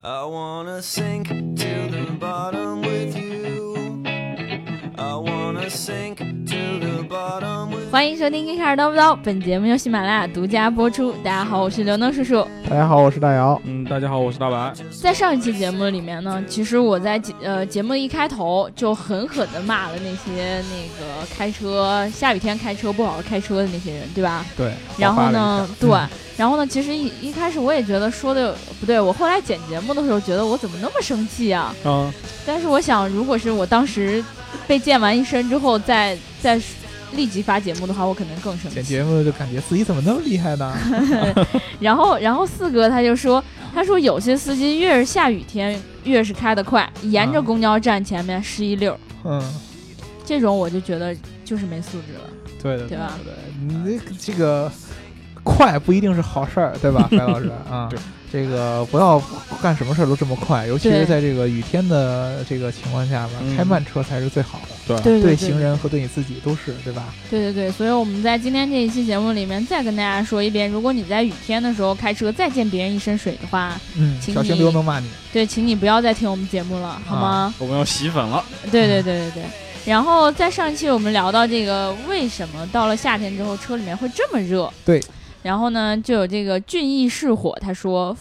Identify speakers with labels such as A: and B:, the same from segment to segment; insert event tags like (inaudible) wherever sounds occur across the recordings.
A: I wanna sink to the bottom with you. I wanna sink to the bottom with
B: 欢迎收听《一开始叨不叨》，本节目由喜马拉雅独家播出。大家好，我是刘能叔叔。
C: 大家好，我是大姚。
D: 嗯，大家好，我是大白。
B: 在上一期节目里面呢，其实我在节呃节目一开头就狠狠的骂了那些那个开车下雨天开车不好好开车的那些人，对吧？
D: 对，
B: 然后
D: 爆发了
B: 呢
D: (laughs) 一下，
B: 对，然后呢，其实一一开始我也觉得说的不对，我后来剪节目的时候觉得我怎么那么生气啊？
D: 嗯，
B: 但是我想，如果是我当时被溅完一身之后再再立即发节目的话，我可能更生气
C: 剪。节目就感觉自己怎么那么厉害 (laughs) 呢？
B: 然后，然后四哥他就说，他说有些司机越是下雨天越是开得快，沿着
C: 嗯
B: 公交站前面十一溜，
C: 嗯，
B: 这种我就觉得就是没素质了。
C: 对的，
B: 对吧
C: 对的，你这这个快不一定是好事儿，对 (laughs) 吧，白老师啊？
D: 对
C: 这个不要干什么事儿都这么快，尤其
B: 对
C: 是在这个雨天的这个情况下吧，
D: 嗯
C: 开慢车才是最好
B: 嗯
C: 的，
D: 对，
B: 对对
C: 行人和对你自己都是，对吧？
B: 对对对，所以我们在今天这一期节目里面再跟大家说一遍，如果你在雨天的时候开车再溅别人一身水的话，
C: 嗯，
B: 请
C: 小心
B: 你
C: 刘能骂你。
B: 对，请你不要再听我们节目了，好吗？
D: 我们要洗粉了。
B: 对对对对对。然后在上一期我们聊到这个为什么到了夏天之后车里面会这么热？
C: 对。
B: 然后呢，就有这个俊逸是火，他说，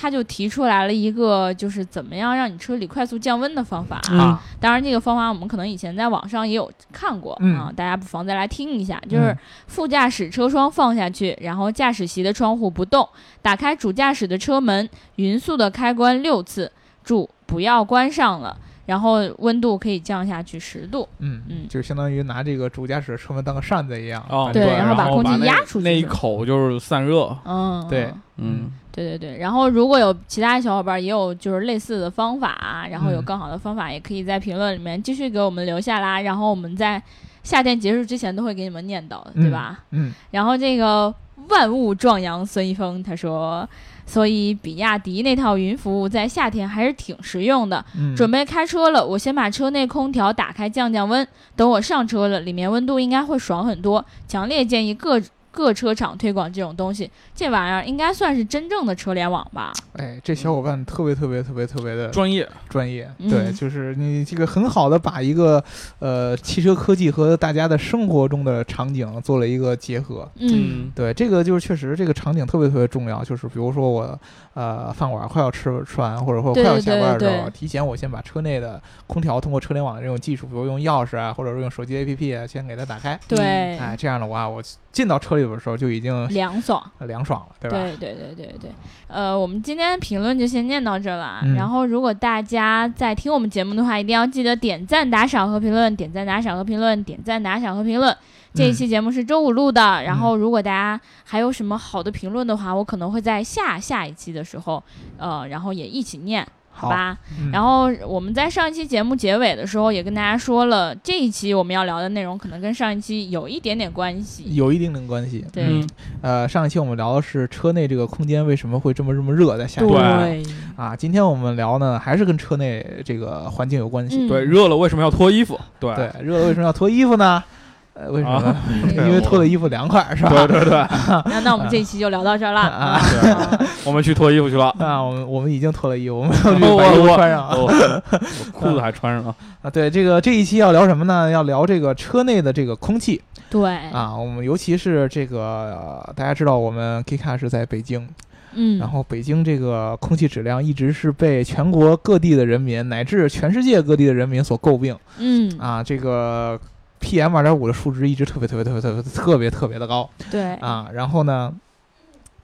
B: 他就提出来了一个就是怎么样让你车里快速降温的方法啊。
C: 啊
B: 当然，这个方法我们可能以前在网上也有看过、
C: 嗯
B: 啊，大家不妨再来听一下。就是
C: 嗯
B: 副驾驶车窗放下去，然后驾驶席的窗户不动，打开主驾驶的车门，匀速的开关六次，注不要关上了，然后温度可以降下去十度。
C: 嗯
B: 嗯
C: 就是相当于拿这个主驾驶车门当个扇子一样。
D: 哦，
B: 对然
D: 然
B: 后把空气
D: 那
B: 压出去
D: 那一
B: 是吧
D: 口就是散热。
B: 嗯，
C: 对
D: 嗯，
B: 对对对，然后如果有其他小伙伴也有就是类似的方法啊，然后有
C: 嗯
B: 更好的方法，也可以在评论里面继续给我们留下啦。然后我们在夏天结束之前都会给你们念叨的，对吧？
C: 嗯，
B: 然后这个万物壮阳孙一峰他说，所以比亚迪那套云服务在夏天还是挺实用的。
C: 嗯，
B: 准备开车了，我先把车内空调打开降降温，等我上车了，里面温度应该会爽很多。强烈建议各各车厂推广这种东西，这玩意儿应该算是真正的车联网吧？
C: 哎，这小伙伴特别特别特别特别的
D: 专业。
C: 专业，
B: 嗯
C: 对，就是你这个很好的把一个呃汽车科技和大家的生活中的场景做了一个结合。
B: 嗯，
C: 对，这个就是确实这个场景特别特别重要，就是比如说我呃饭馆快要吃吃完，或者说
B: 对
C: 快要下班的
B: 对
C: 时
B: 对
C: 候，
B: 对
C: 提前我先把车内的空调通过车联网的这种技术，比如用钥匙啊，或者说用手机 APP 啊，先给它打开。
B: 对，
C: 哎，这样的话，我进到车里边的时候就已经
B: 凉爽。
C: 凉爽了，对吧？
B: 对对对对对，呃，我们今天评论就先念到这儿了啊。
C: 嗯
B: 然后，如果大家在听我们节目的话，一定要记得点赞、打赏和评论，点赞、打赏和评论，点赞、打赏和评论。这
C: 嗯
B: 一期节目是周五录的，然后如果大家还有什么好的评论的话，我可能会在下下一期的时候，呃，然后也一起念，好
C: 好
B: 吧？
C: 嗯
B: 然后我们在上一期节目结尾的时候也跟大家说了，这一期我们要聊的内容可能跟上一期有一点点关系。
C: 有一定的关系。
B: 对、
D: 嗯
C: 呃，上一期我们聊的是车内这个空间为什么会这么这么热，在夏天。
D: 对
C: 啊，今天我们聊呢，还是跟车内这个环境有关系。
B: 嗯
D: 对，热了为什么要脱衣服？对
C: 对，热了为什么要脱衣服呢？呃，为什么？
D: 啊
C: (laughs) 因为脱了衣服凉快，是吧？(laughs)
D: (laughs) 对对对，
B: (laughs) 那那我们这一期就聊到这儿了。
C: 啊
B: 啊
D: 我们去脱衣服去了。
C: 啊，我们我们已经脱了衣服，我们要去
D: (laughs) 我
C: 把衣服
D: 我
C: 穿上 (laughs) 啊
D: 我 (laughs) 我裤子还穿上了。
C: 啊。对，这个这一期要聊什么呢？要聊这个车内的这个空气
B: (laughs) 对，
C: 啊。我们尤其是这个，呃大家知道我们 Kika 是在北京，
B: 嗯，
C: 然后北京这个空气质量一直是被全国各地的人民乃至全世界各地的人民所诟病。
B: 嗯，
C: 啊，这个 PM 二点五的数值一直特别特别特别特别特别特别的高
B: 对，
C: 啊。然后呢，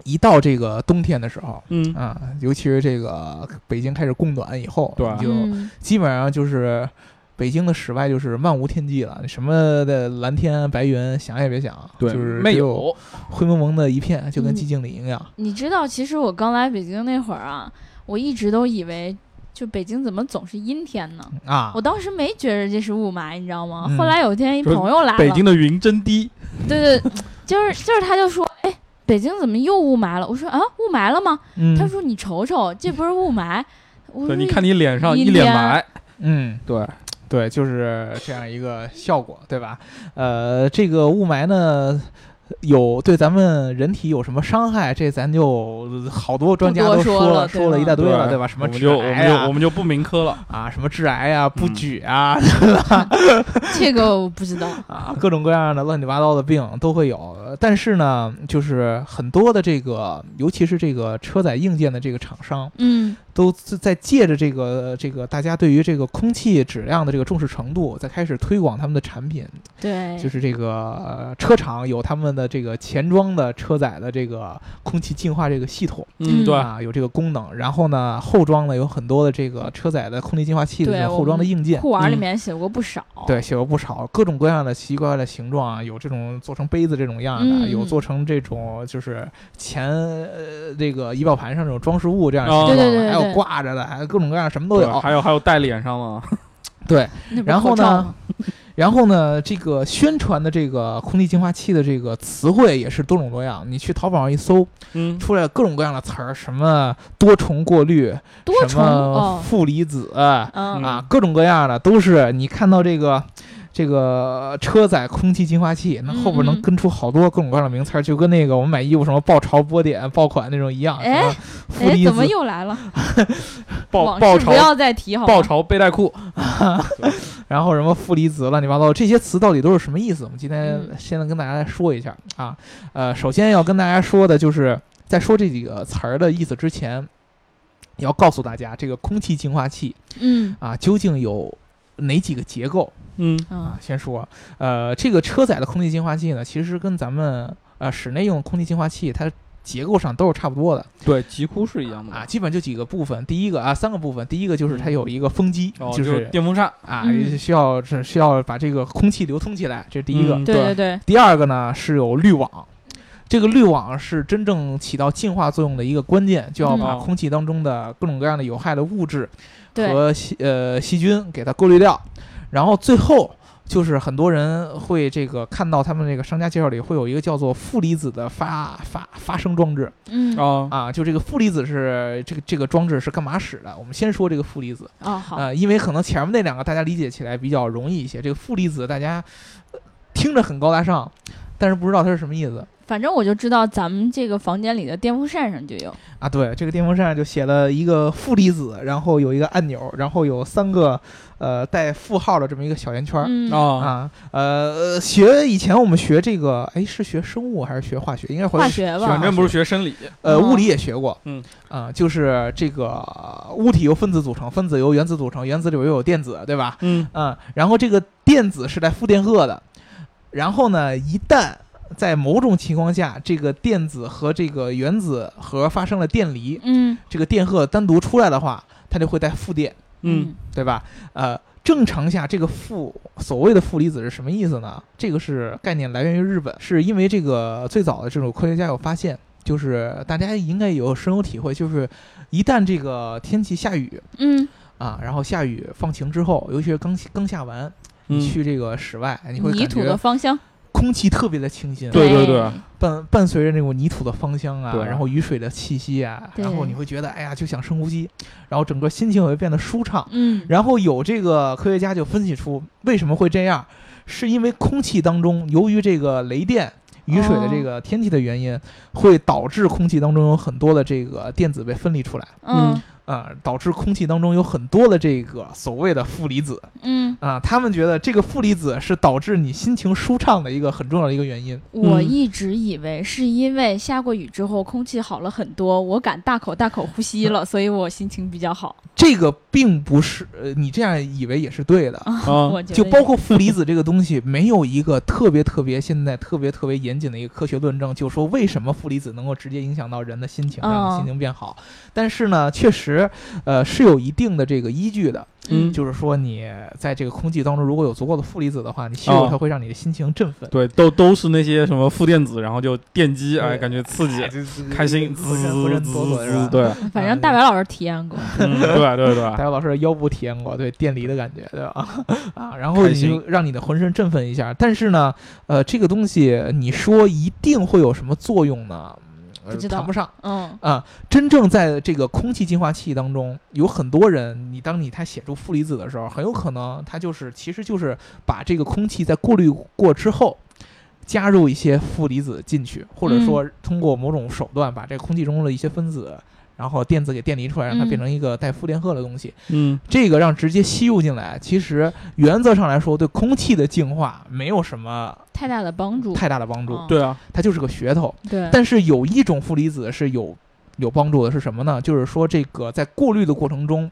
C: 一到这个冬天的时候
D: 嗯，
C: 啊，尤其是这个北京开始供暖以后，
D: 对
C: 你就
B: 嗯，
C: 基本上就是。北京的室外就是漫无天际了，什么的蓝天白云想也别想，
D: 对，
C: 就是
D: 没
C: 只
D: 有，
C: 灰蒙蒙的一片，就跟
B: 嗯
C: 寂静岭一样。
B: 你知道，其实我刚来北京那会儿啊，我一直都以为就北京怎么总是阴天呢？
C: 啊
B: 我当时没觉着这是雾霾，你知道吗？
C: 嗯
B: 后来有一天一
D: 就是
B: 朋友来了，
D: 北京的云真低。
B: 对对，就是就是，他就说，哎，北京怎么又雾霾了？我说啊，雾霾了吗？
C: 嗯
B: 他说你瞅瞅，这不是雾
C: (laughs)
B: 霾。我说
D: 对，你看，你脸上
B: 嗯一
D: 一脸
B: 脸
D: 白。
C: 嗯，
D: 对，
C: 对，就是这样一个效果，对吧？呃，这个雾霾呢，有对咱们人体有什么伤害，这咱就好多专家
B: 不
C: 都
B: 多
C: 说
B: 说
C: 了，
B: 了对
C: 说了一大堆了，
D: 对
C: 对吧？什
D: 我
C: 么
D: 们
C: 致
D: 就我
C: 癌
D: 们就我
C: 呀、
D: 们就不明科了。
C: 啊，什么致癌呀、 (laughs) 不
D: 嗯
C: 举啊，
B: 这个我不知
C: (laughs)
B: 道。
C: 啊，各种各样的乱七八糟的病都会有。但是呢，就是很多的这个，尤其是这个车载硬件的这个厂商，
B: 嗯
C: 都自在借着这个这个大家对于这个空气质量的这个重视程度，在开始推广他们的产品。，
B: 对，
C: 就是这个、呃车厂有他们的这个前装的车载的这个空气净化这个系统
B: 嗯
D: 对，
C: 啊，有这个功能。然后呢，后装呢有很多的这个车载的空气净化器的
B: 对
C: 这种
B: 我
C: 后装的
B: 们
C: 硬件。
B: 酷玩里
D: 嗯
B: 面写过不少。
C: 对，写过不少各种各样的奇奇怪怪的形状啊，有这种做成杯子这种样的，
B: 嗯
C: 有做成这种就是前呃这个仪表盘上这种装饰物这样的
D: 哦
C: 形状的，
B: 对对对对
C: 还有
B: 对
C: 挂着的，还有各种各样什么都
D: 对
C: 有。
D: 还有还有戴脸上了，
C: 对，
B: 那不是
C: 然后
B: 口罩
C: 呢
B: 吗？
C: 然后呢，这个宣传的这个空气净化器的这个词汇也是多种多样，你去淘宝上一搜，
D: 嗯，
C: 出来了各种各样的词儿，什么多重过滤，
B: 多
C: 什
B: 重
C: 么
B: 哦，
C: 负离子。
B: 嗯，
C: 啊，各种各样的都是你看到这个这个车载空气净化器，那后边
B: 嗯
C: 能
B: 嗯
C: 跟出好多各种各样的名词儿，就跟那个我们买衣服什么爆潮、波点、爆款那种一样，什
B: 哎
C: 么负
B: 哎，
C: 离
B: 怎么
C: 子。
B: 又来了？
D: 爆
B: 往
D: 爆
B: 事不
D: 潮
B: 要再提好吗
D: 爆潮背带裤，
C: 然后什么负离子、乱七八糟这些词到底都是什么意思？我们今天
B: 嗯
C: 现在跟大家来说一下啊。呃，首先要跟大家说的就是，在说这几个词儿的意思之前，要告诉大家这个空气净化器
B: 嗯
C: 啊究竟有哪几个结构。
D: 嗯
B: 嗯
C: 啊，先说，呃，这个车载的空气净化器呢，其实跟咱们呃室内用空气净化器它结构上都是差不多的
D: 对，极酷是一样的
C: 啊，
D: 嘛，
C: 基本就几个部分。第一个啊，三个部分，第一个就是它
D: 嗯
C: 有一个风机，
D: 哦，
C: 就
D: 就
C: 是
D: 是电风扇，
C: 啊，
B: 嗯
C: 需要是需要把这个空气流通起来，这是第一个。
D: 嗯
B: 对对对，
C: 第二个呢是有滤网。这个滤网是真正起到净化作用的一个关键，就要把
D: 嗯
C: 空气当中的各种各样的有害的物质
B: 对，
C: 和细呃细菌给它过滤掉，然后最后就是很多人会这个看到他们这个商家介绍里会有一个叫做负离子的发发发生装置
B: 嗯
D: 啊，
C: 啊，就这个负离子是这个这个装置是干嘛使的？我们先说这个负离子，
B: 哦好，
C: 呃，因为可能前面那两个大家理解起来比较容易一些，这个负离子大家呃听着很高大上，但是不知道它是什么意思。
B: 反正我就知道咱们这个房间里的电风扇上就有，
C: 啊，对，这个电风扇就写了一个负离子，然后有一个按钮，然后有三个呃带负号的这么一个小圆圈儿，
B: 嗯
D: 啊，
C: 啊，呃，学以前我们学这个，哎，是学生物还是学化学？应该回
B: 化学吧
D: 反正不是学生理，
C: 呃，
B: 嗯
C: 物理也学过，
D: 嗯，
C: 啊、就是这个呃物体由分子组成，分子由原子组成，原子里边又有电子，对吧？
D: 嗯，
C: 嗯，然后这个电子是带负电荷的，然后呢，一旦在某种情况下，这个电子和这个原子核发生了电离，
B: 嗯
C: 这个电荷单独出来的话，它就会带负电，
D: 嗯，
C: 对吧？呃，正常下这个负所谓的负离子是什么意思呢？这个是概念来源于日本，是因为这个最早的这种科学家有发现，就是大家应该有深有体会，就是一旦这个天气下雨
B: 嗯
C: 啊，然后下雨放晴之后，尤其是刚刚下完，
D: 嗯
C: 你去这个室外，你
B: 嗯，
C: 会
B: 泥
C: 感
B: 土的
C: 觉
B: 芳香，哎
C: 空气特别的清新，
D: 对对对
C: 伴伴随着那种泥土的芳香啊，
D: 对
C: 然后雨水的气息啊，
B: 对
C: 然后你会觉得哎呀就想深呼吸，然后整个心情也会变得舒畅。
B: 嗯，
C: 然后有这个科学家就分析出为什么会这样，是因为空气当中由于这个雷电、雨水
B: 哦
C: 的这个天气的原因，会导致空气当中有很多的这个电子被分离出来
B: 嗯
C: 啊、导致空气当中有很多的这个所谓的负离子
B: 嗯，
C: 啊、他们觉得这个负离子是导致你心情舒畅的一个很重要的一个原因。
B: 我
D: 嗯
B: 一直以为是因为下过雨之后空气好了很多，我敢大口大口呼吸
C: 嗯
B: 了，所以我心情比较好。
C: 这个并不是呃，你这样以为也是对的。
B: (laughs)
D: 啊，
B: 嗯我觉得
C: 嗯就
B: 也
C: 包括负离子这个东西，没有一个特别特别现在特别特别严谨的一个科学论证，就说为什么负离子能够直接影响到人的心情，让
B: 哦
C: 你心情变好。但是呢，确实，呃，是有一定的这个依据的。
D: 嗯
C: 就是说，你在这个空气当中如果有足够的负离子的话，你吸入
D: 哦
C: 它会让你的心情振奋。
D: 对，都都是那些什么负电子，然后就电击，哎，感觉刺激
C: 哎，这这
D: 开
C: 浑
D: 心，滋
C: 身浑
D: 滋
C: 身哆嗦
D: 滋
C: 是吧
D: 滋，？对，
B: 反正大白老师体验过，
D: 嗯，对对对
C: 大， (laughs) 姚老师的腰部体验过对电离的感觉，对吧？ (laughs) 啊，然后
D: 开
C: 你
D: 心
C: 就让你的浑身振奋一下。但是呢，呃，这个东西你说一定会有什么作用呢？呃
B: 不知道
C: 谈不上。啊
B: 嗯
C: 真正在这个空气净化器当中，有很多人，你当你他写出负离子的时候，很有可能他就是其实就是把这个空气在过滤过之后。加入一些负离子进去，或
B: 嗯
C: 者说通过某种手段把这空气中的一些分子，然后电子给电离出来，让它
B: 嗯
C: 变成一个带负电荷的东西。
D: 嗯
C: 这个让直接吸入进来，其实原则上来说对空气的净化没有什么
B: 太大的帮助，
C: 太大的帮助，
B: 哦
D: 对啊，
C: 它就是个噱头。
B: 对，
C: 但是有一种负离子是有有帮助的，是什么呢？就是说这个在过滤的过程中，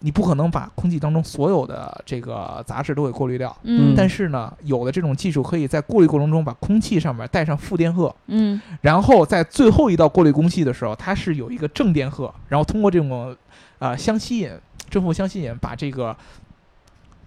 C: 你不可能把空气当中所有的这个杂质都给过滤掉。
B: 嗯，
C: 但是呢，有的这种技术可以在过滤过程中把空气上面带上负电荷，
B: 嗯
C: 然后在最后一道过滤空气的时候，它是有一个正电荷，然后通过这种呃相吸引、正负相吸引，把这个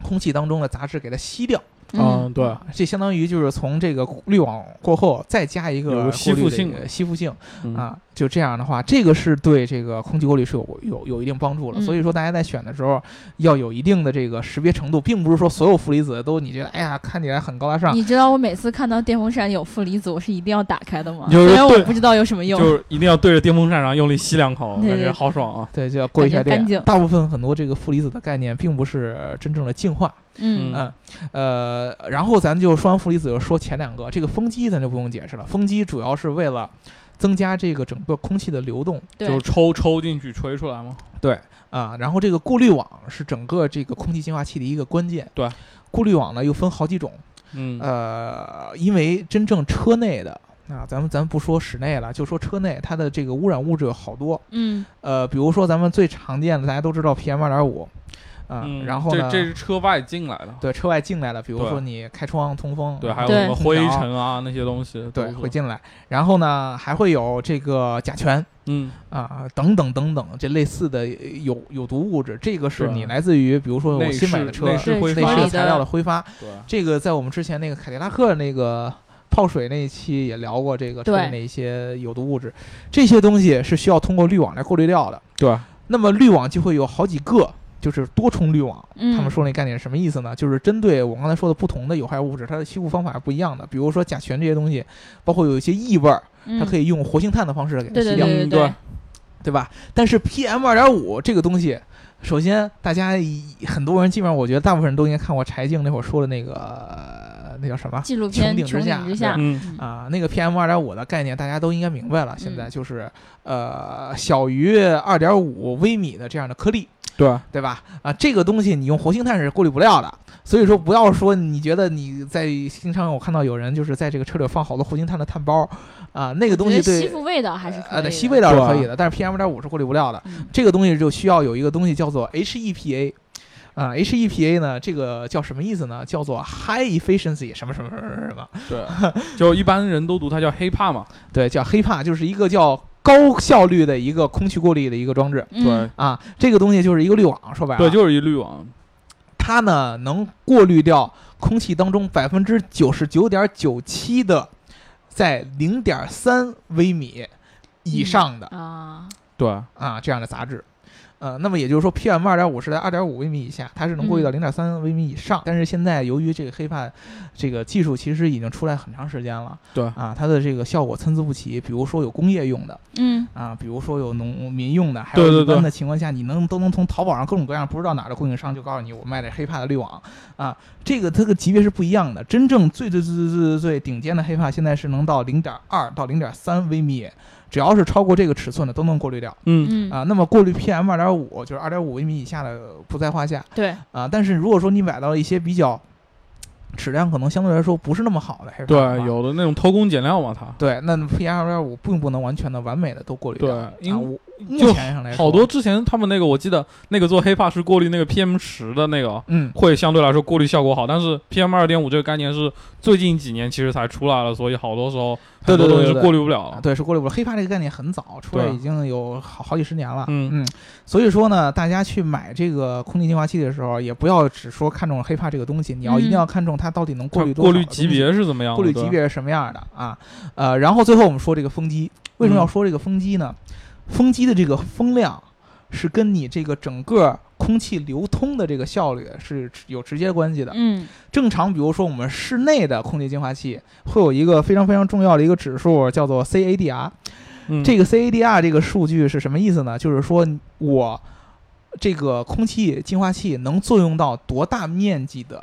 C: 空气当中的杂质给它吸掉。
D: 嗯
B: 嗯
D: 对，
C: 这相当于就是从这个滤网过后再加一
D: 有
C: 个
D: 个吸
C: 过滤
D: 附
C: 的
D: 性
C: 一个吸附性
D: 嗯
C: 啊，就这样的话，这个是对这个空气过滤是有有有一定帮助了。
B: 嗯
C: 所以说大家在选的时候要有一定的这个识别程度，并不是说所有负离子都你觉得哎呀看起来很高大上，
B: 你知道我每次看到电风扇有负离子，我是一定要打开的吗？
D: 就是
B: 虽然我
D: 对
B: 不知道有什么用。
D: 就是一定要对着电风扇，然后用力吸两口，
B: 对
D: 感
B: 对
D: 觉好爽啊！
C: 对，就要过一下
B: 感觉干净
C: 电。大部分很多这个负离子的概念并不是真正的净化，
B: 嗯
C: 嗯呃，然后咱就说完负离子，就说前两个，这个风机咱就不用解释了，风机主要是为了增加这个整个空气的流动
B: 对
D: 就是抽抽进去吹出来嘛。
C: 啊，然后这个过滤网是整个这个空气净化器的一个关键。
D: 对，
C: 过滤网呢又分好几种，
D: 嗯
C: 呃，因为真正车内的。啊，咱们咱不说室内了，就说车内，它的这个污染物质有好多。
B: 嗯
C: 呃，比如说咱们最常见的，大家都知道 PM 二点五，啊，
D: 嗯，
C: 然后
D: 这
C: 呢，
D: 这是车外进来的，
C: 对，车外进来了，比如
D: 对
C: 说你开窗通风，
D: 对，还有
B: 对
D: 什么灰尘啊那些东西都
C: 对
D: 是，
C: 会进来。然后呢，还会有这个甲醛
D: 嗯
C: 啊，等等等等，这类似的呃有有毒物质，这个是
D: 对
C: 你来自于，比如说呃我
D: 内
C: 新买
D: 饰
C: 的车，啊
D: 内
C: 内
D: 饰挥
B: 对
D: 发
B: 车
C: 饰
B: 里
C: 材料的挥发，
D: 对，啊
C: 这个在我们之前那个凯迪拉克那个。泡水那一期也聊过这个车
B: 对
C: 内的一些有毒物质，这些东西是需要通过滤网来过滤掉的。
D: 对，
C: 那么滤网就会有好几个，就是多重滤网，
B: 嗯，
C: 他们说那概念是什么意思呢？就是针对我刚才说的不同的有害物质，它的吸附方法是不一样的。比如说甲醛这些东西，包括有一些异味儿，它可
B: 以
C: 以用活性炭的方式给
B: 嗯
C: 它
B: 对
C: 吸
B: 对
C: 掉，
B: 对
D: 嗯
B: 对
D: 对，
C: 对吧？但是 PM 二点五这个东西，首先大家一很多人基本上，我觉得大部分人都应该看过柴静那会儿说的那个呃那叫什么
B: 纪录片《
C: 穹顶之
B: 穹
C: 下
B: 顶之下》
D: 嗯
C: 啊、那个 PM 二点五的概念，大家都应该明白了。
B: 嗯
C: 现在就是、呃小于二点五微米的这样的颗粒，
D: 对，
C: 对吧？啊，这个东西你用活性炭是过滤不掉的，所以说不要说你觉得你在经常我看到有人就是在这个车里放好多活性炭的炭包，啊，那个东西
B: 我觉得吸
C: 对
B: 附味道还是可以
C: 呃
B: 的，
C: 对吸味道是
D: 对吧
C: 可以的，但是 PM 点五是过滤不掉的。
B: 嗯
C: 这个东西就需要有一个东西叫做 HEPA。啊、h e p a 呢？这个叫什么意思呢？叫做 high efficiency 什么什么什么什么什么？ (laughs)
D: 对，就一般人都读它叫黑怕嘛，
C: 对，叫黑帕，就是一个叫高效率的一个空气过滤的一个装置
B: 嗯，
C: 啊。这个东西就是一个滤网，说白了，啊
D: 对，就是一滤网，
C: 它呢能过滤掉空气当中百分之九十九点九七的，在零点三微米以上的、
B: 啊，
D: 对，
C: 啊这样的杂质。呃，那么也就是说，PM 二点五是在二点五微米以下，它是能过滤到零点三微米以上。但是现在由于这个黑怕这个技术其实已经出来很长时间了，
D: 对
C: 啊，它的这个效果参差不齐。比如说有工业用的
B: 嗯
C: 啊，比如说有农民用的，还
D: 对
C: 有
D: 对
C: 一般
D: 对
C: 的情况下，你能都能从淘宝上各种各样不知道哪儿的供应商就告诉你，我卖的黑怕的滤网啊，这个它的级别是不一样的。真正最最最最最最最顶尖的黑怕，现在是能到零点二到零点三微米，只要是超过这个尺寸的都能过滤掉
D: 嗯
B: 嗯
C: 啊。那么过滤 PM 二点五就是二点五微米以下的不在话下
B: 对，
C: 啊。但是如果说你买到一些比较质量可能相对来说不是那么好的黑怕，
D: 对，啊有的那种偷工减料嘛，它
C: 对，那 PM 二点五并不能完全的完美的都过滤掉。
D: 对因
C: 啊，我目
D: 就
C: 前上来说
D: 好多之前他们那个我记得那个做黑怕是过滤那个 PM 十的那个。
C: 嗯。
D: 会相对来说过滤效果好，但是 PM 二点五这个概念是最近几年其实才出来了，所以好多时候
C: 对对
D: 很多
C: 对
D: 东西
C: 对
D: 是
C: 对
D: 过滤不了
C: 啊，
D: 的。
C: 对，是过滤不了。黑怕这个概念很早出来，
D: 哦对啊
C: 已经有好好几十年了。
D: 嗯
C: 所以说呢，大家去买这个空气净化器的时候，也不要只说看中黑怕这个东西，你要一定
B: 嗯
C: 要看重它到底能过
D: 看
C: 滤多
D: 过
C: 少的
D: 滤
C: 东
D: 级
C: 西，
D: 别是怎么样的？
C: 过滤级别是什么样的啊？呃，然后最后我们说这个风机，为
D: 嗯
C: 什么要说这个风机呢？风机的这个风量是跟你这个整个空气流通的这个效率是有直接关系的。
B: 嗯
C: 正常，比如说我们室内的空气净化器会有一个非常非常重要的一个指数，叫做 CADR。
D: 嗯
C: 这个 CADR 这个数据是什么意思呢？就是说我这个空气净化器能作用到多大面积的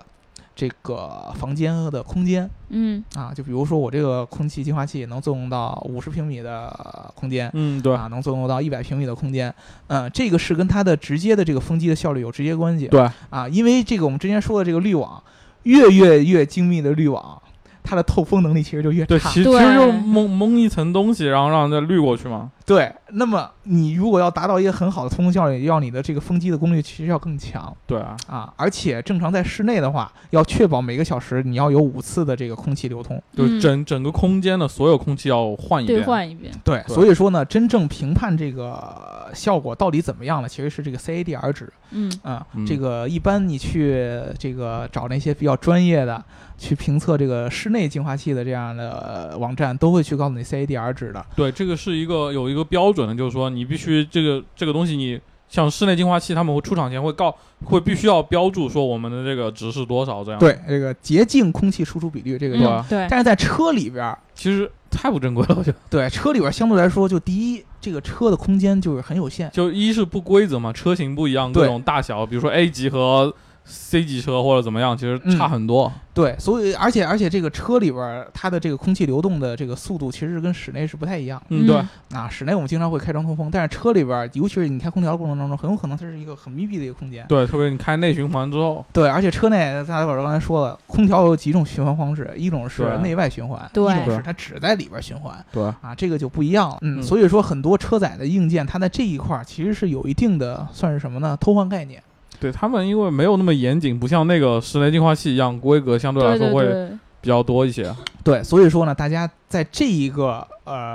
C: 这个房间的空间
B: 嗯
C: 啊，就比如说我这个空气净化器能作用到五十平米的空间，
D: 嗯，对
C: 啊，能作用到一百平米的空间，嗯，这个是跟它的直接的这个风机的效率有直接关系。
D: 对，
C: 啊，因为这个我们之前说的这个滤网，越越越精密的滤网，它的透风能力其实就越
D: 对，
C: 差。
D: 其实
B: 对
D: 其实就是蒙蒙一层东西，然后让它滤过去嘛。
C: 对，那么你如果要达到一个很好的通风效率，要你的这个风机的功率其实要更强
D: 对啊，
C: 啊，而且正常在室内的话，要确保每个小时你要有五次的这个空气流通。
D: 就是
B: 嗯
D: 整整个空间的所有空气要换一
B: 兑
D: 遍。
B: 换一遍，
C: 对，
D: 对
C: 所以说呢，真正评判这个效果到底怎么样呢，其实是这个 CADR 值。
B: 嗯
C: 啊、
D: 嗯
C: 这个一般你去这个找那些比较专业的去评测这个室内净化器的这样的呃网站，都会去告诉你 CADR 值的。
D: 对，这个是一个有一个标准的，就是说你必须这个这个东西你。像室内净化器，他们会出厂前会告，会必须要标注说我们的这个值是多少这样。，
C: 对，这个洁净空气输出比率这个
B: 嗯
C: 叫，
D: 吧
B: 对，
C: 但是在车里边儿，
D: 其实太不正规了，我觉得。
C: 对车里边儿相对来说，就第一，这个车的空间就是很有限。
D: 就一是不规则嘛，车型不一样，
C: 对
D: 各种大小，比如说 A 级和 C 级车或者怎么样，其实
C: 嗯
D: 差很多。
C: 对，所以而且而且这个车里边儿它的这个空气流动的这个速度其实是跟室内是不太一样的
B: 嗯
D: 嗯对，
C: 啊。室内我们经常会开窗通风，但是车里边儿，尤其是你开空调的过程当中，很有可能它是一个很密闭的一个空间。
D: 对，特别你开内循环之后，
C: 对，而且车内大家伙儿刚才说了，空调有几种循环方式，一种是
D: 对啊
C: 内外循环，
B: 对
C: 一种是它只在里边儿循环
D: 对，
C: 啊，这个就不一样了。嗯，
D: 嗯
C: 所以说很多车载的硬件，它在这一块儿其实是有一定的算是什么呢？偷换概念。
D: 对他们因为没有那么严谨，不像那个室内净化器一样，规格相对来
B: 对对
D: 说会
B: 对，
D: 比较多一些。
C: 对，所以说呢，大家在这一个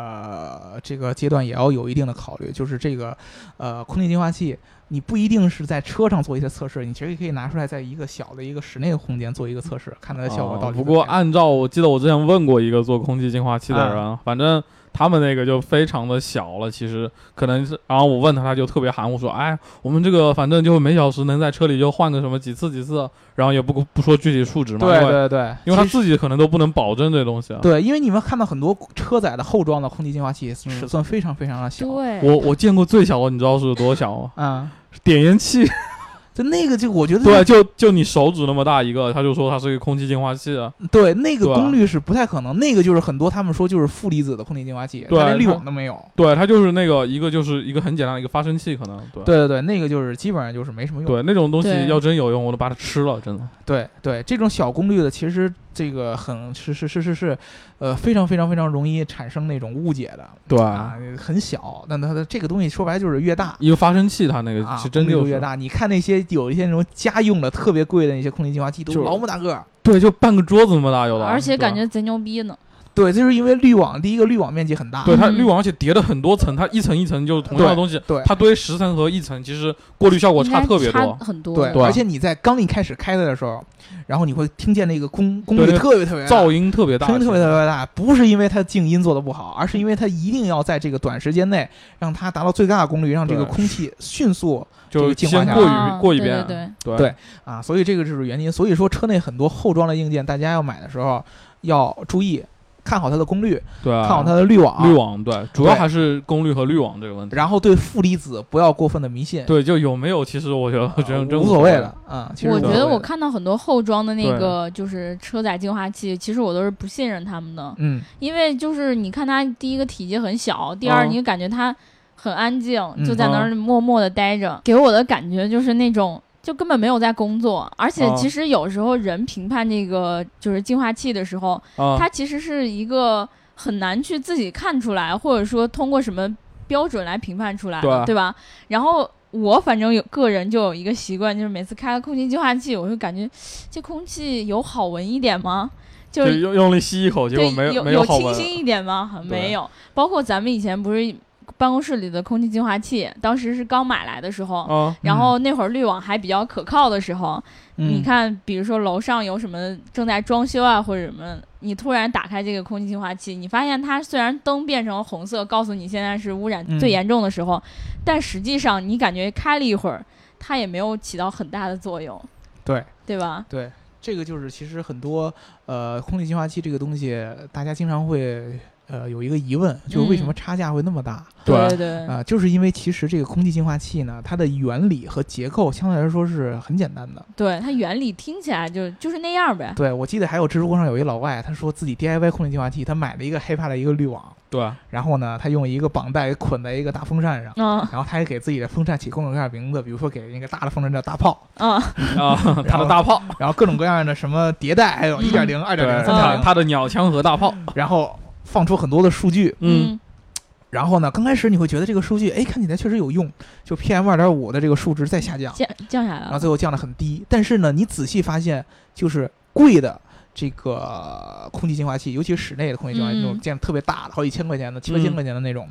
C: 呃这个阶段也要有一定的考虑，就是这个呃空气净化器，你不一定是在车上做一些测试，你其实可以拿出来，在一个小的一个室内的空间做一个测试，看它的效果哎到
D: 啊
C: 底
D: 不
C: 怎么
D: 过
C: 样、
D: 按照我记得我之前问过一个做空气净化器的人，
C: 啊
D: 反正他们那个就非常的小了，其实可能是，然后我问他，他就特别含糊说，哎，我们这个反正就每小时能在车里就换个什么几次几次，然后也不不说具体数值嘛，
C: 对
D: 因为
C: 对对，
D: 因为他
C: 其实
D: 自己可能都不能保证这东西啊。
C: 对，因为你们看到很多车载的后装的空气净化器尺寸非常非常的小，
B: 对，
D: 我我见过最小的，你知道是有多小
C: (laughs)
D: 吗？
C: 啊、
D: 点烟器，
C: 就那个就我觉得
D: 对，就就你手指那么大一个，他就说它是一个空气净化器啊。
C: 对那个
D: 对啊
C: 功率是不太可能，那个就是很多他们说就是负离子的空气净化器，
D: 对
C: 它连滤
D: 它
C: 网都没有。
D: 对，它就是那个一个就是一个很简单的一个发生器，可能对
C: 对对对，那个就是基本上就是没什么用。
D: 对那种东西
B: 对
D: 要真有用，我都把它吃了，真的。
C: 对对，这种小功率的其实这个很是是是是是，呃，非常非常非常容易产生那种误解的。
D: 对
C: 啊，很小，但它的这个东西说白了就是越大。
D: 一个发生器，它那个
C: 啊
D: 嗯是，真
C: 功率
D: 就
C: 就是越大。你看那些有一些那种家用的特别贵的那些空气净化器，都
D: 就是
C: 老么大个儿，
D: 对，就半个桌子那么大有的，啊
B: 而且
D: 对吧
B: 感觉贼牛逼呢，
C: 对，就是因为滤网，第一个滤网面积很大，
D: 对它
B: 嗯
D: 滤网，而且叠的很多层，它一层一层就是同样的东西，
C: 对
D: 它堆十层和一层，其实过滤效果
B: 应
D: 差
B: 该
D: 特别
B: 差
D: 多。
B: 很多，
C: 对啊
D: 对
C: 而且你在刚一开始开它的时候，然后你会听见那个功功率
D: 对
C: 特别特别大
D: 噪音特别大，
C: 声音特别特别大，不是因为它静音做的不好，而是因为它一定要在这个短时间内让它达到最大的功率，让这个
D: 对
C: 空气迅速这
D: 就
C: 个净化
D: 先
C: 下
D: 过
C: 来
B: 啊
D: 于过一
B: 对
D: 遍，
B: 对对
D: 对
C: 对啊，所以这个就是原因。所以说车内很多后装的硬件，大家要买的时候要注意看好它的功率，
D: 对啊，
C: 看好它的滤网，
D: 滤网，对，主要
C: 对
D: 还是功率和滤网这个问题。
C: 然后对负离子不要过分的迷信，
D: 对，就有没有，其实我觉得，我觉得真
C: 啊无所谓了。啊。其实
B: 我
C: 无
B: 觉
C: 所
B: 得
C: 谓
B: 我
C: 的
B: 看到很多后装的那
D: 对
B: 个就是车载净化器，其实我都是不信任他们的，
C: 嗯，
B: 因为就是你看它第一个体积很小，第二
D: 嗯
B: 你感觉它很安静，
C: 哦嗯
B: 就在那儿默默的待着，给我的感觉就是那种。就根本没有在工作，而且
C: 哦
D: 嗯
B: 其实有时候人评判这个就是净化器的时候，
D: 啊，
B: 它其实是一个很难去自己看出来，或者说通过什么标准来评判出来的，
D: 对啊
B: 对吧？然后我反正有个人就有一个习惯，就是每次开了空气净化器，我就感觉这空气有好闻一点吗？就
D: 就是用用力吸一口，结
B: 对
D: 果没
B: 有
D: 没有好
B: 清
D: 闻。
B: 新一点吗？好像
D: 对
B: 没有。包括咱们以前不是办公室里的空气净化器，当时是刚买来的时候。
D: 啊，
B: 然后那会儿滤网还比较可靠的时候，你
C: 嗯，
B: 看，比如说楼上有什么正在装修啊，或者什么，你突然打开这个空气净化器，你发现它虽然灯变成红色，告诉你现在是污染
C: 嗯
B: 最严重的时候，但实际上你感觉开了一会儿，它也没有起到很大的作用，
C: 对。
B: 对吧？
C: 对，这个就是其实很多呃空气净化器这个东西，大家经常会呃有一个疑问，就是为什么差价会那么大？
D: 对
B: 对对
C: 啊、就是因为其实这个空气净化器呢，它的原理和结构相对来说是很简单的。
B: 对，它原理听起来就就是那样呗。
C: 对，我记得还有知乎上有一老外，他说自己 DIY 空气净化器，他买了一个 HEPA 的一个滤网，
D: 对，啊
C: 然后呢，他用一个绑带捆在一个大风扇上。
B: 嗯
C: 然后他也给自己的风扇起各种各样的名字，比如说给那个大的风扇叫大炮，
B: 嗯，
D: 啊，
C: (laughs)
D: 他的大炮，
C: 然后各种各样的什么迭代，还有
B: 嗯
C: 一点零、二点零、
D: 对，
C: 三
D: 他
C: 点零，
D: 他的鸟枪和大炮，
C: 然后放出很多的数据。
D: 嗯，
C: 然后呢，刚开始你会觉得这个数据，哎，看起来确实有用，就 PM 二点五的这个数值在下降，
B: 降降下来
C: 然后
B: 了。
C: 最后降得很低。但是呢，你仔细发现，就是贵的这个空气净化器，尤其是室内的空气净化器，
B: 嗯
C: 那种见特别大的，好几千块钱的、七八
D: 嗯
C: 千块钱的那种，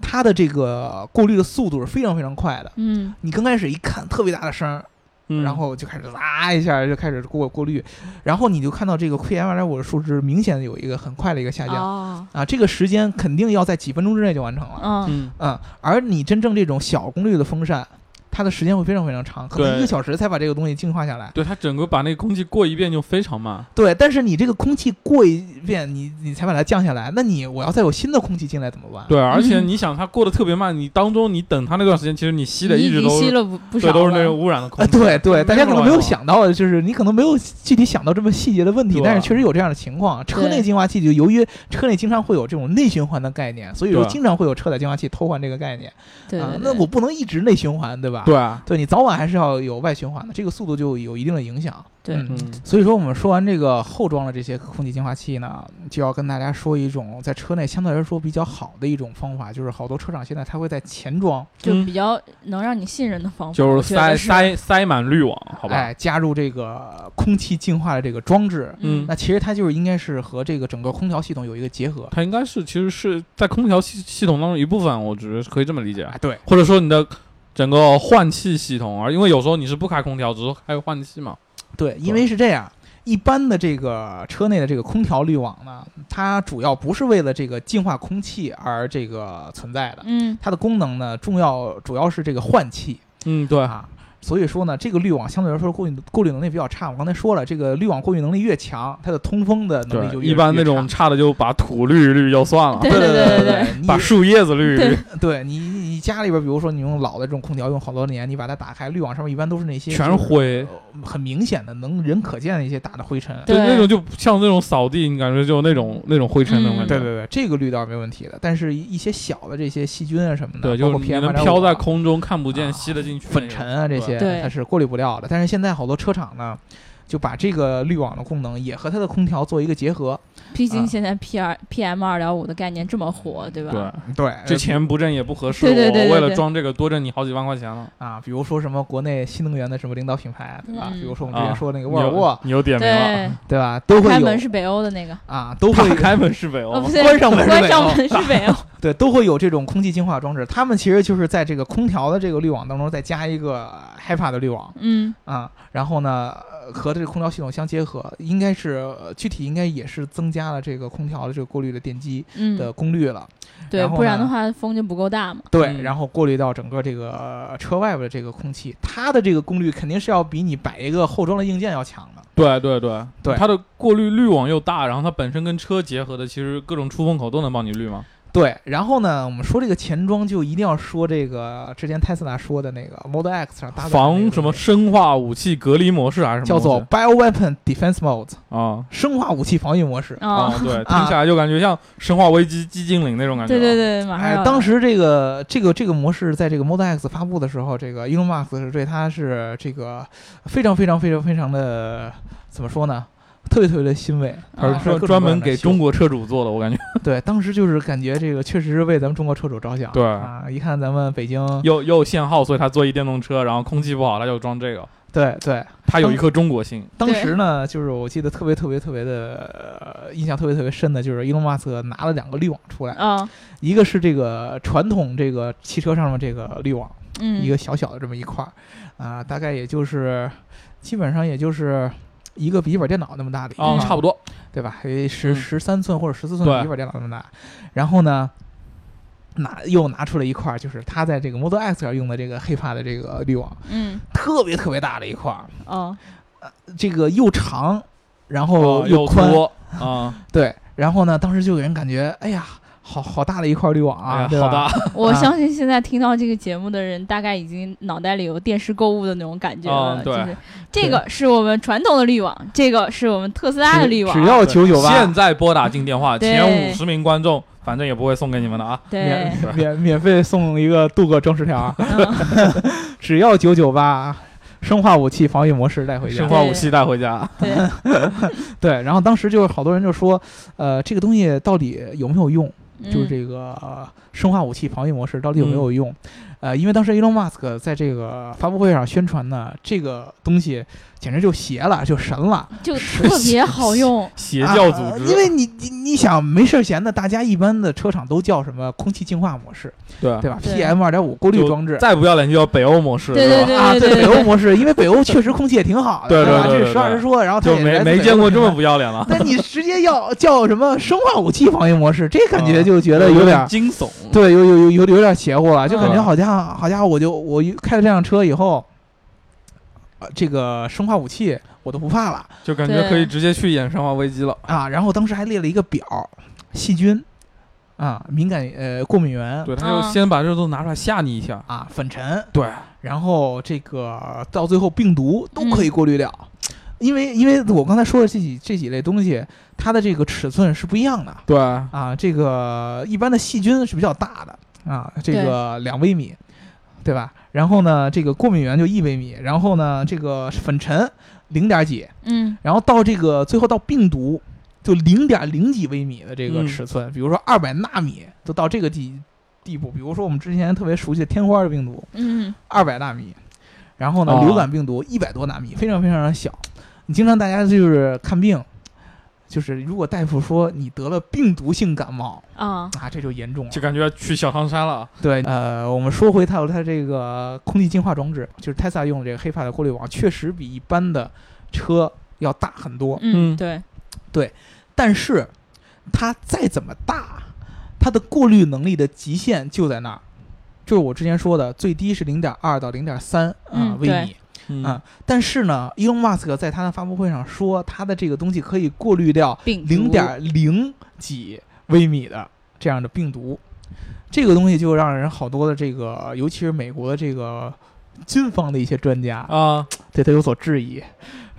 C: 它的这个过滤的速度是非常非常快的。
B: 嗯
C: 你刚开始一看特别大的声儿，
D: 嗯
C: 然后就开始啦一下就开始过过滤，然后你就看到这个 PM 二点五的数值明显有一个很快的一个下降、
B: 哦
C: 啊，这个时间肯定要在几分钟之内就完成了。
B: 嗯
D: 嗯，
C: 嗯，而你真正这种小功率的风扇，它的时间会非常非常长，可能
D: 对
C: 一个小时才把这个东西净化下来。
D: 对他整个把那个空气过一遍就非常慢，
C: 对，但是你这个空气过一遍，你你才把它降下来，那你我要再有新的空气进来怎么办？
D: 对，而
B: 嗯
D: 且你想他过得特别慢，你当中你等他那段时间，其实你吸的
B: 你
D: 一
B: 已
D: 直
B: 经
D: 都
B: 吸
D: 是
B: 了不不少
D: 对，都是那
B: 了
D: 种污染的空
C: 啊，
D: 气，
C: 对对，大家可能没有
D: 乱
C: 想到的，就是你可能没有具体想到这么细节的问题，
D: 对啊
C: 但是确实有这样的情况。车内
B: 对
C: 净化器就由于车内经常会有这种内循环的概念，所以说
D: 对啊
C: 经常会有车载净化器偷换这个概念
B: 对
C: 啊
B: 对。
C: 那
B: 对
C: 我不能一直内循环，对吧？
D: 对啊，
C: 对你早晚还是要有外循环的，这个速度就有一定的影响。
B: 对
C: 嗯
D: 嗯
C: 所以说我们说完这个后装的这些空气净化器呢，就要跟大家说一种在车内相对来说比较好的一种方法，就是好多车厂现在它会在前装，
B: 就
D: 嗯
B: 比较能让你信任的方法，
D: 就
B: 我
D: 是
B: 觉
D: 塞
B: 得是
D: 塞塞满滤网，好吧？
C: 哎，加入这个空气净化的这个装置。
D: 嗯
C: 那其实它就是应该是和这个整个空调系统有一个结合
D: 它应该是其实是在空调系系统当中一部分，我只是可以这么理解，
C: 啊，对
D: 或者说你的整个换气系统啊，因为有时候你是不开空调，只是开换气嘛。
C: 对，因为是这样。一般的这个车内的这个空调滤网呢，它主要不是为了这个净化空气而这个存在的，
B: 嗯
C: 它的功能呢，重要主要是这个换气
D: 嗯，对，
C: 啊。所以说呢，这个滤网相对来说过滤过滤能力比较差。我刚才说了，这个滤网过滤能力越强，它的通风的能力就
D: 对，
C: 越
D: 一般
C: 越
D: 那种差的就把土滤一滤就算了，
B: 对
C: 对
B: 对
C: 对
B: 对对
C: 对，你
D: 把树叶子滤一滤，
C: 对你你家里边，比如说你用老的这种空调，用好多年，你把它打开，滤网上面一般都是那些
D: 全
C: 就是
D: 灰。
C: 呃很明显的能人可见的一些大的灰尘。
B: 对
D: 就那种就像那种扫地，你感觉就那种那种灰尘那种感觉。
C: 嗯对对对，这个滤倒是没问题的，但是一些小的这些细菌啊什么的，
D: 对，
C: 包
D: 就
C: 括
D: 是你
C: PM
D: 能
C: 2.5
D: 飘在空中看不
C: 啊
D: 见，吸得进去那
C: 粉
D: 种
C: 尘啊这些，
B: 对
C: 它是过滤不掉的。但是现在好多车厂呢，就把这个滤网的功能也和它的空调做一个结合。
B: 毕
C: 啊
B: 竟现在 P 二 PM 二点五的概念这么火，对吧？
D: 对，
C: 对，
D: 这钱不挣也不合适。
B: 对对对对
D: 我为了
B: 对
D: 装这个多挣你好几万块钱了。
C: 啊，比如说什么国内新能源的什么领导品牌，对吧？
B: 嗯
C: 比如说我们之前
D: 啊
C: 说的那个
D: 你
C: 沃尔
D: 有
C: 沃，
D: 你有点名了。
B: 对，
C: 对吧？都会
B: 开
C: 有
B: 门是北欧的那个，
C: 啊，都会
D: 打
C: 有
D: 开门是北欧
B: 哦
D: 吗
B: 不，对，
C: 关上门是北欧
B: 关上门是北欧，
C: 对，都会有这种空气净化装置，他们其实就是在这个空调的这个滤网当中再加一个 HEPA 的滤网
B: 嗯，
C: 啊，然后呢呃和这个空调系统相结合，应该是呃具体应该也是增加了这个空调的这个过滤的电机的
B: 嗯，
C: 功率了，
B: 对，
C: 然后
B: 不然的
C: 呢
B: 话风就不够大嘛。
C: 对，
D: 嗯
C: 然后过滤到整个这个呃车外边的这个空气，它的这个功率肯定是要比你摆一个后装的硬件要强的。
D: 对对对
C: 对
D: 它的过滤滤网又大，然后它本身跟车结合的，其实各种出风口都能帮你滤嘛。
C: 对，然后呢，我们说这个前装就一定要说这个之前泰斯拉说的那个 Model X 上搭载的那个
D: 防什么生化武器隔离模式还是什
C: 叫
D: 么东
C: 做
D: 西？
C: Bioweapon Defense Mode。
D: 啊
C: 生化武器防御模式。
D: 啊
B: 哦，，
D: 对，听起来就感觉像《生化危机》寂静岭那种感觉。啊
B: 对对，对，马上
C: 哎
B: 要，来
C: 当时这个这个这个模式在这个 Model X 发布的时候，这个 Elon Musk 是对它是这个非常非常非常非常的怎么说呢？特别特别的欣慰，
D: 他
B: 啊
D: 是说专门给中国车主做的，我感觉。
C: 对当时就是感觉这个确实是为咱们中国车主着想，
D: 对
C: 啊，一看咱们北京，
D: 又又限号，所以他做一电动车，然后空气不好，他就装这个，
C: 对对，
D: 他有一颗中国心。
C: 当时呢，就是我记得特别特别特别的呃印象特别特别深的，就是 Elon Musk 拿了两个滤网出来，
B: 啊，
C: 一个是这个传统这个汽车上面这个滤网，
B: 嗯，
C: 一个小小的这么一块儿，啊、大概也就是基本上也就是一个笔记本电脑那么大的一个
D: 哦
C: 块，儿，
D: 差不多。
C: 对吧？也十
D: 嗯
C: 十三寸或者十四寸
D: 对
C: 的笔记本电脑那么大，然后呢，拿又拿出了一块，儿，就是他在这个 Model X 上用的这个 HEPA 的这个滤网，
B: 嗯，
C: 特别特别大的一块，儿， (laughs) 呃
B: 哦，
C: 这个又长，然
D: 哦
C: 后
D: 又
C: 宽，
D: 多啊，
C: 对，然后呢，当时就给人感觉，哎呀，好好大的一块滤网
D: 哎
C: 啊，
D: 呀
C: 对
D: 好
C: 吧？
D: 大，
B: 我
C: 啊
B: 相信现在听到这个节目的人，大概已经脑袋里有电视购物的那种感觉了。
D: 嗯对
B: 就是这个是我们传统的滤网，这个是我们特斯拉的滤网。
C: 只要九九八
D: 现，在拨打进电话，
B: 对
D: 前五十名观众，反正也不会送给你们的啊。
B: 对
C: 免，免免费送一个镀铬装饰条啊，
B: 嗯
C: 只要九九八，生化武器防御模式带回家
D: 生。化武器带回家，
B: 对，
D: (laughs)
C: 对，然后当时就是好多人就说，呃，这个东西到底有没有用？
B: 嗯
C: 就是这个、呃生化武器防御模式到底有没有用？呃，因为当时 Elon Musk 在这个发布会上宣传呢，这个东西简直就邪了，就神了。
B: 就特别好用。
D: 邪教组
C: 啊
D: 织，
C: 因为你你你想没事儿闲的，大家一般的车厂都叫什么空气净化模式，
D: 对
C: 对吧
B: 对
C: ？PM 二点五过滤
D: 啊就
C: 装置。
D: 再不要脸就叫北欧模式，
B: 对
D: 是吧
B: 对
C: 啊，
B: 对对
C: 北
B: 对
C: 欧模式，因为北欧确实空气也挺好的，
D: 对
C: 吧？
D: 对对
C: 这
D: 对
C: 是实话实
D: 对
C: 说，然后它
D: 就
C: 也来
D: 没
C: 自
D: 没
C: 北
D: 见
C: 欧
D: 过
C: 品
D: 这么
C: 牌。
D: 不要脸 (laughs) 了，
C: 但你直接要叫什么生化武器防御模式，这感觉
D: 啊
C: 就觉得有点儿
D: 惊悚。
C: 对，有有有有有点邪乎啊了，就感觉
D: 嗯
C: 好家伙，好家伙，我就我一开了这辆车以后，呃这个生化武器我都不怕了
D: 就感觉可以直接去演《生化危机》了。
C: 啊。然后当时还列了一个表，细菌啊，敏感呃过敏源
D: 对，他就
B: 嗯
D: 先把这都拿出来吓你一下。
C: 啊，粉尘，
D: 对，
C: 然后这个到最后病毒
D: 嗯
C: 都可以过滤掉。因为，因为我刚才说的这几这几类东西，它的这个尺寸是不一样的
D: 对，
C: 啊。这个一般的细菌是比较大的啊，这个两微米，对吧？然后呢，这个过敏源就一微米，然后呢，这个粉尘零点几，
B: 嗯，
C: 然后到这个最后到病毒就零点零几微米的这个
D: 嗯
C: 尺寸，比如说二百纳米都到这个地地步。比如说我们之前特别熟悉的天花的病毒，
B: 嗯，
C: 二百纳米，然后呢，
D: 哦
C: 流感病毒一百多纳米，非常非常的小。你经常大家就是看病，就是如果大夫说你得了病毒性感冒
B: 啊，
C: 啊，这就严重了
D: 就。感觉去小汤
C: (laughs)
D: 山了。
C: 对，呃，我们说回它有它这个空气净化装置，就是 Tesla 用的这个黑发的过滤网，确实比一般的车要大很多。
B: 嗯，
D: 嗯
B: 对，
C: 但是它再怎么大，它的过滤能力的极限就在那儿，就是我之前说的，最低是零点二到零点三啊
B: 嗯
C: 微
B: 对
C: 米。啊，但是呢，Elon Musk 在他的发布会上说，他的这个东西可以过滤掉
B: 病毒
C: 零点零几微米的这样的病毒，这个东西就让人好多的这个，尤其是美国的这个军方的一些专家
D: 啊，
C: 对他有所质疑，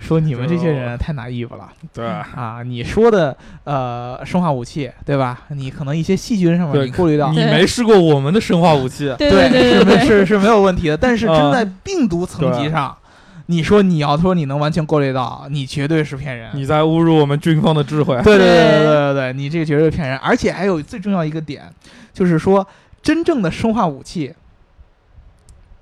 C: 说你们这些
D: 就
C: 人太 naive 了
D: 对，
C: 啊！你说的呃生化武器对吧？你可能一些细菌上面
D: 对
C: 你过滤掉
D: 啊你。没试过我们的生化武器，
B: 对对对
C: 是
B: 对
C: 没，是是没有问题的，但是真
D: 啊
C: 在病毒层级
D: 对
C: 上，你说你要说你能完全过滤到，你绝对是骗人。
D: 你在侮辱我们军方的智 (laughs) 慧。
C: 对对对
B: 对
C: 对对对，你这个绝对是骗人。而且还有最重要一个点，就是说真正的生化武器。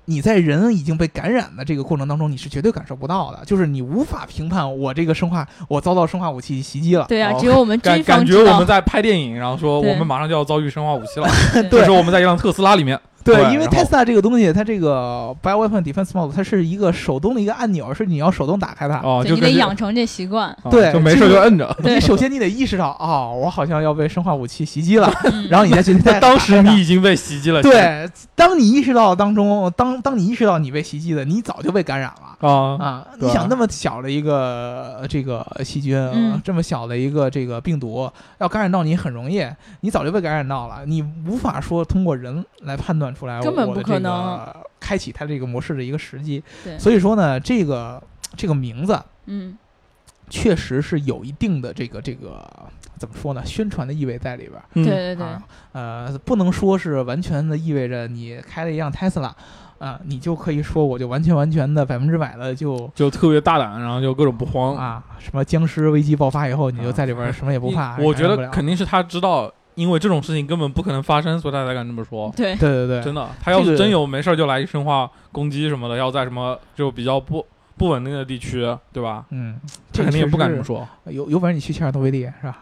C: 你在人已经被感染的这个过程当中，你是绝对感受不到的，就是你无法评判我这个生化，我遭到生化武器袭击了。
B: 对啊，
D: 哦
B: 只有我们
D: 感
B: 军
D: 感
B: 方
D: 觉
B: 知
D: 我
B: 道
D: 们。在拍电影，然后说
B: 对
D: 我们马上就要遭遇生化武器了，
B: 对
D: 这时候我们在一辆特斯拉里面，
C: 对，
D: 对
C: 因为
D: 然后
C: Tesla 这个东西，它这个 Bioweapon Defense Mode，它是一个手动的一个按钮，是你要手动打开它。
D: 哦，
B: 对
D: 就
B: 你得
D: 跟这
B: 养成这习
D: (laughs)
B: 惯，
D: 啊
C: 对
D: 就没事就摁着。
B: 对
C: 你首先你得意识到，哦，我好像要被生化武器袭击 (laughs) 了，
B: 嗯
C: 然后你再去再
D: 但当
C: 打
D: 时
C: 开它
D: 你已经被袭击 (laughs) 了，
C: 对，当你意识到当中，当当你意识到你被袭击的，你早就被感染了。
D: 啊，
C: 啊，
D: 对
C: 你想那么小的一个呃这个细菌、
B: 嗯
C: 这么小的一个这个病毒，要感染到你很容易，你早就被感染到了，你无法说通过人来判断出来，
B: 根本
C: 我的
B: 不可
C: 这
B: 能
C: 个开启它这个模式的一个时机
B: 对。
C: 所以说呢，这个这个名字
B: 嗯，
C: 确实是有一定的这个这个怎么说呢，宣传的意味在里边儿。
D: 嗯
B: 对对对，
C: 啊，呃，不能说是完全的意味着你开了一辆 Tesla，啊、你就可以说我就完全完全的百分之百的就
D: 就特别大胆，然后就各种不慌。
C: 啊，什么僵尸危机爆发以后，你就在里边什么也不怕。
D: 啊我觉
C: 感染不了
D: 得肯定是他知道，因为这种事情根本不可能发生，所以他才敢这么说。
B: 对，
C: 对嗯对对
D: 真的，他要
C: 这
D: 是
C: 个
D: 真有没事儿就来生化攻击什么的，要在什么就比较不不稳定的地区，对吧？
C: 嗯，这个
D: 他肯定也
C: 确
D: 不敢
C: 实
D: 这
C: 是
D: 么说。
C: 有有本事你去切尔诺贝利是吧？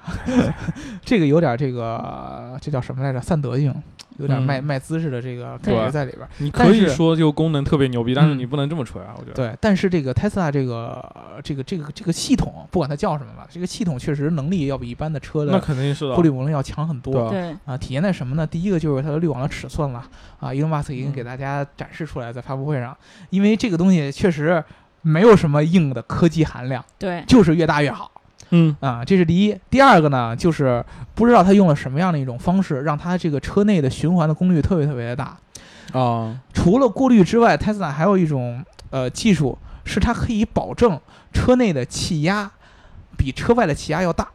C: (laughs) 这个有点这个这叫什么来着？散德性，有点卖、
D: 嗯
C: 卖姿势的这个感
D: 对
C: 觉在里边。
D: 你
C: 但
D: 可以
C: 是
D: 说就功能特别牛逼，但是
C: 嗯
D: 你不能这么吹啊，我觉得。
C: 对，但是这个 Tesla 这个这个这个这个系统，不管它叫什么吧，这个系统确实能力要比一般的车
D: 那
C: 的
D: 肯定是的
C: 过。滤能力要强很多。
D: 对
B: 对，
C: 啊，体现在什么呢？第一个就是它的滤网的尺寸了啊，伊隆马斯已经给大家展示出来，在发布会上，因为这个东西确实没有什么硬的科技含量，
B: 对，
C: 就是越大越好
D: 嗯
C: 啊，这是第一。第二个呢，就是不知道他用了什么样的一种方式，让他这个车内的循环的功率特别特别的大。
D: 啊，
C: 除了过滤之外，特斯拉还有一种呃技术，是它可以保证车内的气压比车外的气压要大。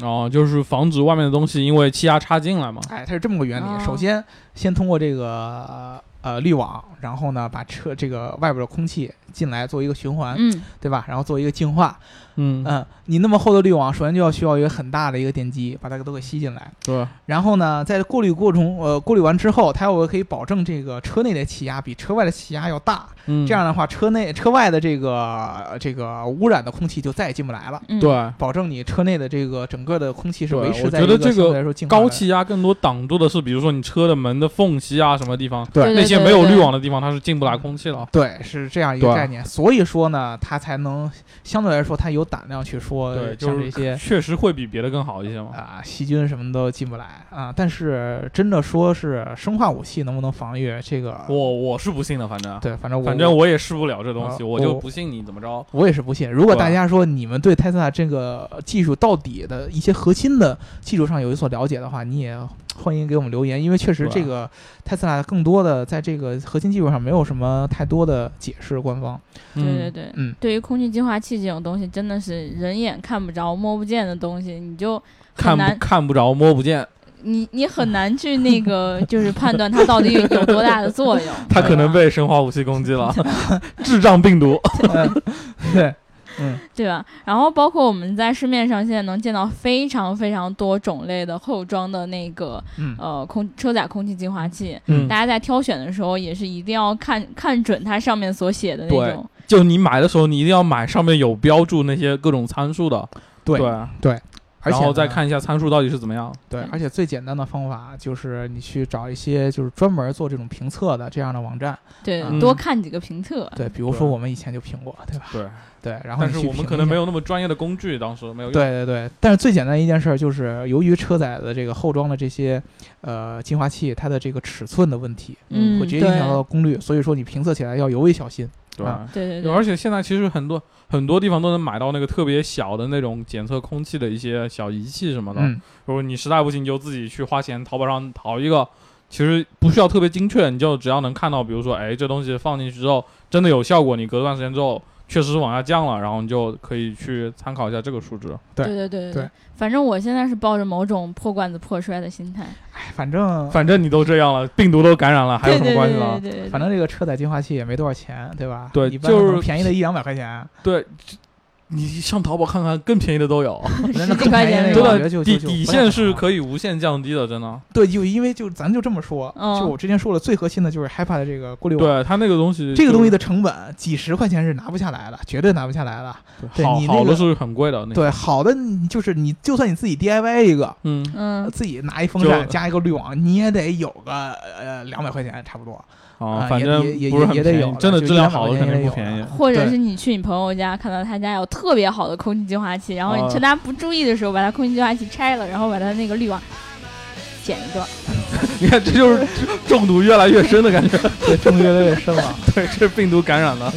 D: 哦，就是防止外面的东西因为气压差进来嘛。
C: 哎，它是这么个原理。
B: 哦
C: 首先，先通过这个呃滤网，然后呢把车这个外边的空气进来做一个循
D: 啊
C: 环，
B: 嗯
C: 对吧？然后做一个净化。
D: 嗯，
C: 嗯，你那么厚的滤网，首先就要需要一个很大的一个电机把它都给吸进来。
D: 对，
C: 然后呢，在过滤过程中，呃，过滤完之后，它又可以保证这个车内的气压比车外的气压要大。
D: 嗯，
C: 这样的话，车内车外的这个这个污染的空气就再也进不来了，
B: 嗯，
D: 对。
C: 保证你车内的这个整个的空气是
D: 对
C: 维
D: 我
C: 持在
D: 觉
C: 一个
D: 得这个
C: 相对来说净化
D: 高
C: 的
D: 气压更多挡住的是，比如说你车的门的缝隙啊，什么地方，
C: 对
B: 对
D: 那些没有滤网的地方，它是进不来空气了。
C: 对，是这样一个
D: 对啊
C: 概念，所以说呢，它才能相对来说，它有胆量去说
D: 对，就
C: 像
D: 是
C: 这些
D: 确实会比别的更好一些嘛。
C: 啊、细菌什么都进不来啊。但是真的说是生化武器能不能防御这个，
D: 我我是不信的，反正
C: 对，反正我
D: 反正我也试不了这东西，
C: 啊
D: 我就
C: 我
D: 不信你怎么着。
C: 我也是不信。如果
D: 对啊
C: 大家说你们对 Tesla 这个技术到底的一些核心的技术上有所了解的话，你也欢迎给我们留言，因为确实
D: 对啊
C: 这个 Tesla 更多的在这个核心技术上没有什么太多的解释，官
D: (laughs)
C: 方。
B: 对对
D: 嗯，
B: 对，
C: 嗯
B: 对于空气净化器这种东西，真的是人眼看不着、摸不见的东西，你就很
D: 看
B: 难
D: 不，看不着，摸不
C: 啊
D: 见，
B: 你你很难去那个，就是判断它到底有多大的作用。
D: (laughs) 他可
B: 对
D: 能
B: 吧
D: 被生化武器攻
C: (laughs)
D: 击了，智障病毒。
C: 对，嗯，
B: 对吧？然后包括我们在市面上现在能见到非常非常多种类的后装的那个
C: 嗯
B: 呃空车载空气净化器，
D: 嗯
B: 大家在挑选的时候也是一定要看看准它上面所写的那
D: 对
B: 种。
D: 就你买的时候，你一定要买上面有标注那些各种参数的，
C: 对而
D: 啊然
C: 且
D: 后再
C: 呢
D: 看一下参数到底是怎么样。
C: 对
B: 嗯，
C: 而且最简单的方法就是你去找一些就是专门做这种评测的这样的网站，
B: 对，
C: 嗯
B: 多看几个评测。
C: 对，比如
D: 对
C: 说我们以前就评过，对吧？
D: 对，
C: 对，然后
D: 但
C: 你
D: 是
C: 去
D: 我们
C: 评
D: 可
C: 一
D: 能
C: 下
D: 没。有那么专业的工具，当时没有用。
C: 对对对，但是最简单的一件事儿就是，由于车载的这个后装的这些，呃，净化器它的这个尺寸的问题，
B: 嗯
C: 会直接影响
B: 对
C: 到功率，所以说你评测起来要尤为小心。
D: 对
C: 啊
B: 对对
D: 对
B: 对，
D: 而且现在其实很多很多地方都能买到那个特别小的那种检测空气的一些小仪器什么的。
C: 嗯，
D: 如果你实在不行，你就自己去花钱淘宝上淘一个，其实不需要特别精确，你就只要能看到，比如说，哎，这东西放进去之后真的有效果，你隔段时间之后确实是往下降了，然后你就可以去参考一下这个数值。
C: 对
B: 对对对
C: 对，
B: 反正我现在是抱着某种破罐子破摔的心态。
C: 哎，反正
D: 反正你都这样了，病毒都感染了，还有
B: 对
D: 什么
B: 对
D: 关
B: 对
D: 系呢
B: 对？对对，
C: 反正这个车载净化器也没多少钱，对吧？
D: 对
C: 一般
D: 就
C: 可能
D: 是
C: 便宜的一两百块
B: (laughs)
C: 钱，
D: 对，这你上淘宝看看，更便宜的都有，
C: 那
B: 十
C: 那
B: 几
C: 更
B: 块
C: 便宜
B: 钱
C: 那
D: (laughs)
C: 个，
D: 真
B: 吧
C: 我觉
D: 的
C: 得就
D: 底
C: 就就
D: 底
C: 不太
D: 线
C: 可
D: 是
C: 能
D: 可以无限降低的，真的。
C: 对，就因为就咱就这么说，
B: 嗯
C: 就我之前说了，最核心的就是 HiPa 的这个过滤网。
D: 对它那个东西，
C: 这个东西的成本几十块钱是拿不下来的，绝对拿不下来的。对
D: 好
C: 你那
D: 好的
C: 个
D: 是很贵的，那个
C: 对，好的你就是你，就算你自己 DIY 一个，呃
D: 嗯，
B: 嗯，
C: 自己拿一风
D: 就
C: 扇加一个滤网，你也得有个呃两百块钱差不多。
D: 啊，
C: 啊
D: 反
C: 也
D: 正
C: 也也
D: 不是很
C: 也得
D: 便宜
C: 有的
D: 真的
C: 就
D: 质量
C: 100
D: 好的
C: 块
D: 肯
C: 钱
D: 定
C: 也
D: 不
C: 得有
D: 便宜
C: 的。
B: 或者
C: 对
B: 是你去你朋友家，看到他家有特别好的空气净化器，然后你
D: 啊
B: 趁他不注意的时候把他空气净化器拆了，然后把他那个滤网剪一段。
D: (laughs) 你看，这
C: (laughs)
D: 就是中毒越来越深的感觉。
C: 对，中毒越来越深了。
D: (laughs) 对，这病毒感染
C: (laughs)
D: 了。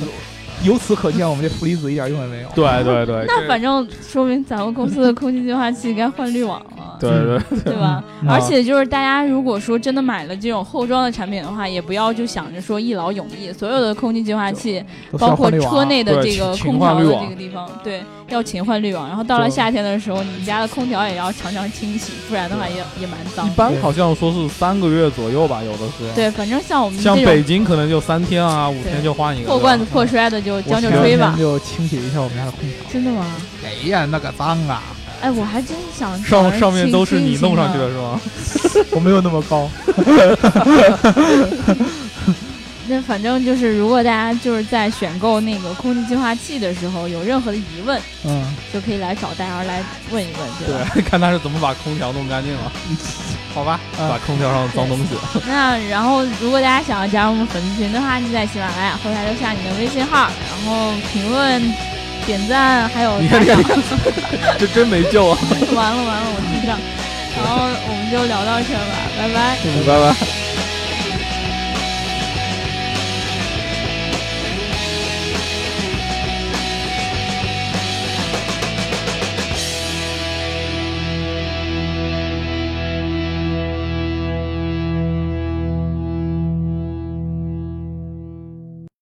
C: 由此可见，我们这负离子一点用也没有。
D: 对对对，
B: 那反正说明咱们公司的空气净化器该换滤网了，
D: 对对对
B: 对吧？(laughs)
C: 嗯
B: 而且就是大家如果说真的买了这种后装的产品的话，也不要就想着说一劳永逸，所有的空气净化器，
C: 都需要
B: 包括
C: 换滤网
B: 车内的
D: 对
B: 这个
D: 勤
B: 空
D: 勤换
B: 调
D: 滤
B: 的
D: 网
B: 这个地方，对，要勤换滤网。然后到了
D: 就
B: 夏天的时候，你家的空调也要常常清洗，不然的话也也蛮脏
D: 一
B: 的。
D: 般好像说是三个月左右吧，有的是。，
B: 对，反正像我们
D: 像
B: 这
D: 北
B: 种
D: 京可能就三天啊，五天就换一个。
B: 破罐子破摔的，就将就
C: 我前
B: 吹
C: 两
B: 吧
C: 天。就清洗一下我们家的空调。
B: 真的吗？
C: 哎呀，那个脏啊！
B: 哎，我还真想
D: 对吧。
B: 尝
D: 上上面
B: 清
D: 都是
B: 清
D: 你
B: 新
D: 弄上
B: 呢
D: 去的是吗？
C: 我没有那么高。
B: 那反正就是，如果大家就是在选购那个空气净化器的时候有任何的疑问，
C: 嗯，
B: 就可以来找戴儿来问一问， (laughs) 对吧？
D: (laughs) 对，看他是怎么把空调弄干
B: (laughs)
D: 净了，
C: 好吧。嗯
D: 把空调上的脏东西。
B: 那然后，如果大家想要加入我们粉丝群的话，就在喜马拉雅后台留下你的微信号，然后评论、点赞，还有
D: (laughs) 你
B: 打
D: 看
B: 赏。
D: 这真没救啊！
B: 完了完了，我记账。然后我们就聊到这儿吧，拜拜。
D: 拜拜。